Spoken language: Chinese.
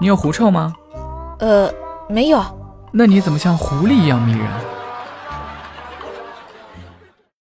你有狐臭吗？呃，没有。那你怎么像狐狸一样迷人？